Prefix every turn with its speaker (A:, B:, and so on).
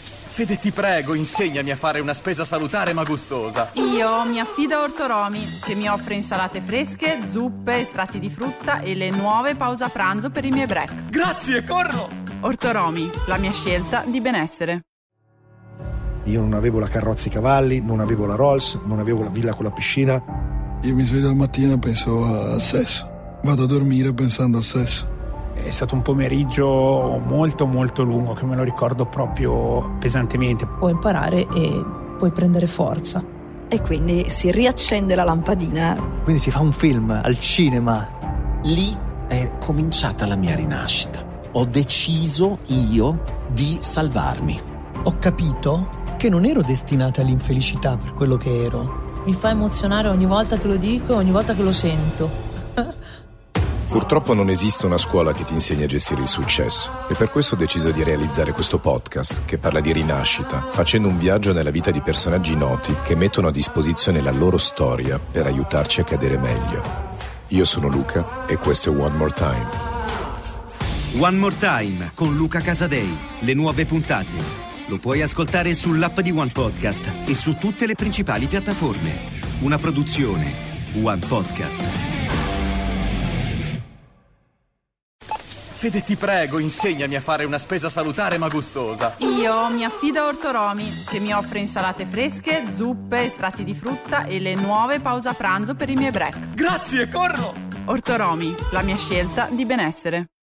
A: Fede, ti prego, insegnami a fare una spesa salutare ma gustosa.
B: Io mi affido a Ortoromi, che mi offre insalate fresche, zuppe, estratti di frutta e le nuove pausa pranzo per i miei break.
A: Grazie, corro!
B: Ortoromi, la mia scelta di benessere.
C: Io non avevo la carrozza e i cavalli, non avevo la Rolls, non avevo la villa con la piscina.
D: Io mi sveglio al mattino e penso al sesso. Vado a dormire pensando al sesso.
E: È stato un pomeriggio molto molto lungo che me lo ricordo proprio pesantemente.
F: Puoi imparare e puoi prendere forza.
G: E quindi si riaccende la lampadina.
H: Quindi si fa un film al cinema.
I: Lì è cominciata la mia rinascita. Ho deciso io di salvarmi.
J: Ho capito che non ero destinata all'infelicità per quello che ero.
K: Mi fa emozionare ogni volta che lo dico, ogni volta che lo sento.
L: Purtroppo non esiste una scuola che ti insegni a gestire il successo e per questo ho deciso di realizzare questo podcast che parla di rinascita, facendo un viaggio nella vita di personaggi noti che mettono a disposizione la loro storia per aiutarci a cadere meglio. Io sono Luca e questo è One More Time.
M: One More Time con Luca Casadei, le nuove puntate. Lo puoi ascoltare sull'app di One Podcast e su tutte le principali piattaforme. Una produzione One Podcast.
A: Fede, ti prego, insegnami a fare una spesa salutare ma gustosa.
B: Io mi affido a Ortoromi, che mi offre insalate fresche, zuppe, estratti di frutta e le nuove pausa pranzo per i miei break.
A: Grazie, corro!
B: Ortoromi, la mia scelta di benessere.